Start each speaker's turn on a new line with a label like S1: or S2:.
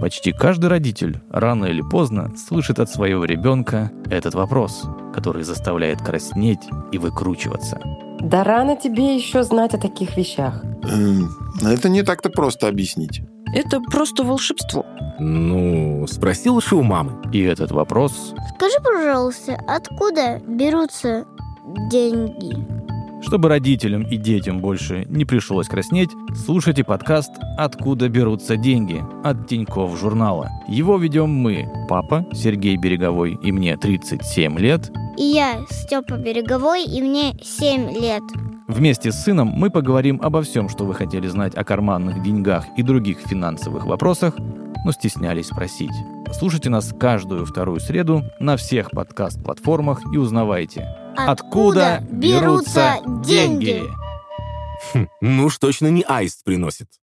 S1: Почти каждый родитель рано или поздно слышит от своего ребенка этот вопрос, который заставляет краснеть и выкручиваться.
S2: Да рано тебе еще знать о таких вещах.
S3: Эм, Это не так-то просто объяснить.
S4: Это просто волшебство.
S5: Ну, спросил же у мамы.
S1: И этот вопрос,
S6: Скажи, пожалуйста, откуда берутся деньги?
S1: чтобы родителям и детям больше не пришлось краснеть, слушайте подкаст «Откуда берутся деньги» от Тиньков журнала. Его ведем мы, папа Сергей Береговой и мне 37 лет,
S6: И я Степа Береговой, и мне 7 лет.
S1: Вместе с сыном мы поговорим обо всем, что вы хотели знать о карманных деньгах и других финансовых вопросах, но стеснялись спросить. Слушайте нас каждую вторую среду на всех подкаст-платформах и узнавайте,
S6: Откуда берутся деньги?
S5: Хм, ну уж точно не аист приносит.